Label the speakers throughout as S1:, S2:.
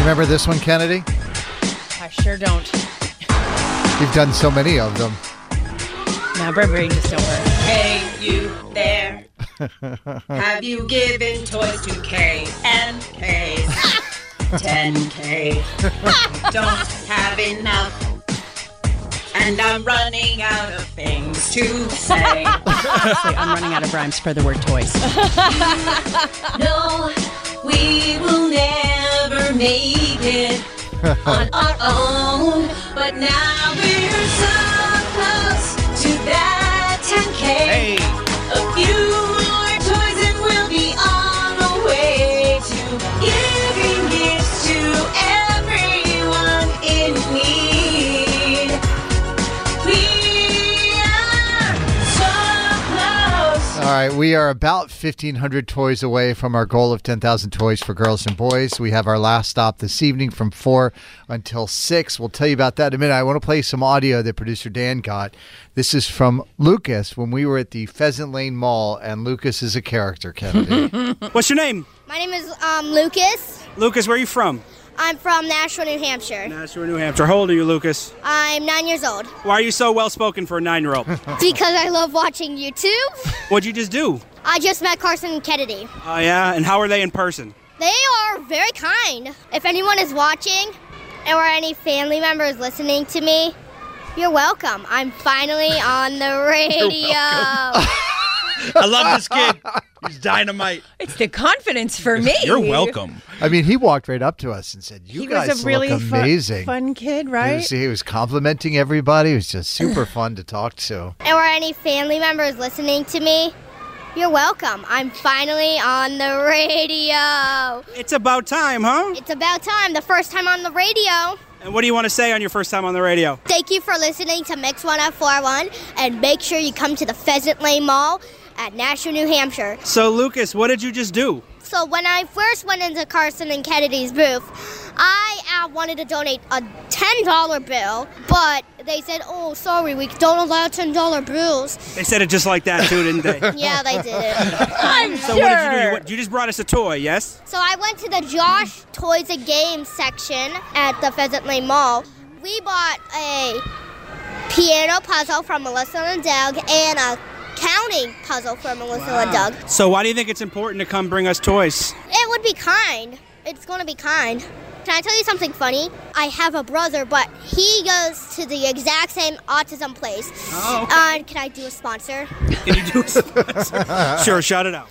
S1: Remember this one, Kennedy?
S2: I sure don't.
S1: You've done so many of them.
S2: No, Burberry just don't work.
S3: Hey, you there. Have you given toys to K and K's? 10K. Don't have enough. And I'm running out of things to say.
S2: Honestly, I'm running out of rhymes for the word toys.
S3: No, we will never make it on our own. But now we're so close to that 10K. A few more toys and we'll be on our way to giving gifts to everyone in need. We are so close.
S1: All right, we are about 1,500 toys away from our goal of 10,000 toys for girls and boys. We have our last stop this evening from 4 until 6. We'll tell you about that in a minute. I want to play some audio that producer Dan got. This is from Lucas when we were at the Pheasant Lane Mall, and Lucas is a character, Kennedy.
S4: What's your name?
S5: My name is um, Lucas.
S4: Lucas, where are you from?
S5: I'm from Nashville, New Hampshire.
S4: Nashua, New Hampshire. How old are you, Lucas?
S5: I'm nine years old.
S4: Why are you so well spoken for a nine year old?
S5: Because I love watching YouTube,
S4: What'd you just do?
S5: I just met Carson and Kennedy.
S4: Oh, yeah? And how are they in person?
S5: They are very kind. If anyone is watching and or any family members listening to me, you're welcome. I'm finally on the radio.
S6: I love this kid. He's dynamite.
S2: It's the confidence for me.
S6: You're welcome.
S1: I mean, he walked right up to us and said, You
S2: He
S1: guys
S2: was a really
S1: look
S2: fu-
S1: amazing.
S2: fun kid,
S1: He
S2: right?
S1: was, he was complimenting everybody. It was just super fun to talk to.
S5: and or any family members listening to me, you're welcome. I'm finally on the radio.
S4: It's about time, huh?
S5: It's about time. The first time on the radio.
S4: And what do you want to say on your first time on the radio?
S5: Thank you for listening to Mix 1041 and make sure you come to the Pheasant Lane Mall at Nashua, New Hampshire.
S4: So, Lucas, what did you just do?
S5: So when I first went into Carson and Kennedy's booth, I uh, wanted to donate a $10 bill, but they said, "Oh, sorry, we don't allow $10 bills."
S4: They said it just like that, too, didn't they?
S5: Yeah, they did it.
S2: I'm
S4: So,
S2: sure.
S4: what did you do? You, went- you just brought us a toy, yes?
S5: So I went to the Josh Toys and Games section at the Pheasant Lane Mall. We bought a piano puzzle from Melissa and Doug and a counting puzzle from Melissa and Doug.
S4: So, why do you think it's important to come bring us toys?
S5: It would be kind. It's going to be kind. Can I tell you something funny? I have a brother, but he goes to the exact same autism place.
S4: Oh,
S5: Uh, can I do a sponsor?
S4: Can you do it? sure, shout it out.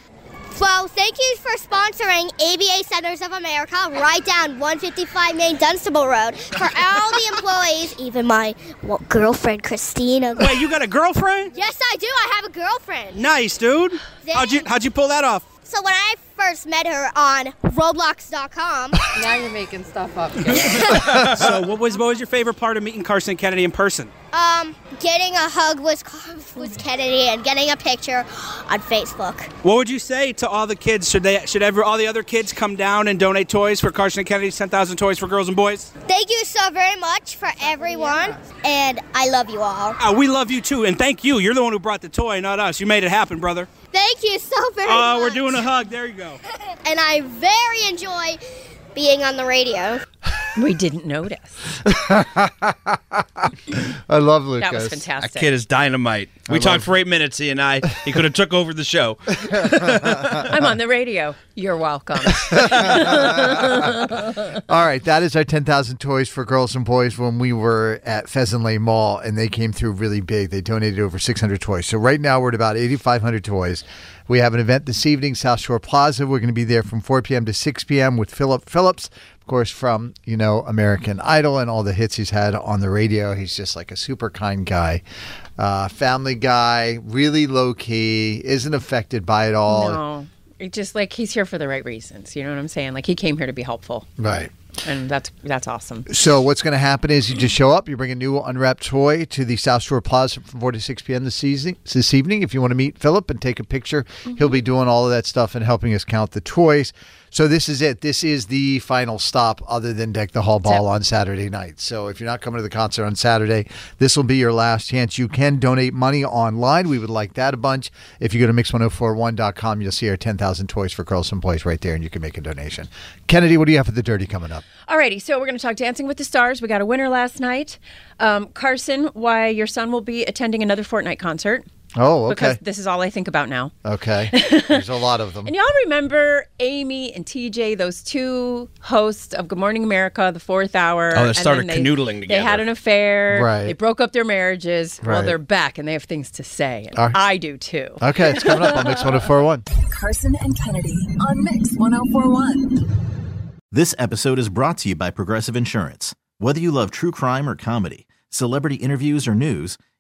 S5: Well, thank you for sponsoring ABA Centers of America right down 155 Main Dunstable Road for all the employees, even my well, girlfriend, Christina.
S4: Wait, you got a girlfriend?
S5: Yes, I do. I have a girlfriend.
S4: Nice, dude. How'd you, how'd you pull that off?
S5: So when I first met her on Roblox.com,
S7: Now you're making stuff up.
S4: So, what was, what was your favorite part of meeting Carson Kennedy in person?
S5: um, getting a hug was, was Kennedy and getting a picture on Facebook.
S4: What would you say to all the kids? Should they should ever all the other kids come down and donate toys for Carson and Kennedy's 10,000 toys for girls and boys?
S5: Thank you so very much for everyone, and I love you all.
S4: Uh, we love you too, and thank you. You're the one who brought the toy, not us. You made it happen, brother.
S5: Thank you so very much.
S4: Oh, we're doing a hug. There you go.
S5: and I very enjoy being on the radio.
S2: We didn't notice.
S1: I love Lucas.
S2: That was
S6: That
S2: fantastic.
S6: kid is dynamite. We talked for eight minutes, he and I. He could have took over the show.
S2: I'm on the radio. You're welcome.
S1: All right, that is our 10,000 toys for girls and boys when we were at Pheasantly Mall and they came through really big. They donated over 600 toys. So right now we're at about 8,500 toys. We have an event this evening, South Shore Plaza. We're going to be there from 4 p.m. to 6 p.m. with Philip Phillips, of course, from, you know, American Idol and all the hits he's had on the radio. He's just like a super kind guy, uh, family guy, really low key, isn't affected by it all.
S2: no. It just like he's here for the right reasons. You know what I'm saying? Like he came here to be helpful.
S1: Right.
S2: And that's that's awesome.
S1: So what's going to happen is you just show up, you bring a new unwrapped toy to the South Shore Plaza from 4 to 6 p.m. this evening. This evening, if you want to meet Philip and take a picture, he'll be doing all of that stuff and helping us count the toys. So this is it. This is the final stop, other than deck the hall ball on Saturday night. So if you're not coming to the concert on Saturday, this will be your last chance. You can donate money online. We would like that a bunch. If you go to mix1041.com, you'll see our 10,000 toys for girls and boys right there, and you can make a donation. Kennedy, what do you have for the dirty coming up?
S2: Alrighty, so we're going to talk Dancing with the Stars. We got a winner last night. Um, Carson, why your son will be attending another Fortnite concert.
S1: Oh, okay.
S2: Because this is all I think about now.
S1: Okay. There's a lot of them.
S2: And y'all remember Amy and TJ, those two hosts of Good Morning America, the fourth hour.
S6: Oh, they
S2: and
S6: started
S2: then
S6: canoodling
S2: They had
S6: together.
S2: an affair.
S1: Right.
S2: They broke up their marriages. Well,
S1: Right.
S2: they're back and they have things to say. And
S1: Alright.
S2: I do too.
S1: Okay, it's coming up on Mix 1041.
S7: Carson and Kennedy on Mix 1041.
S8: This episode is brought to you by Progressive Insurance. Whether you love true crime or comedy, celebrity interviews or news,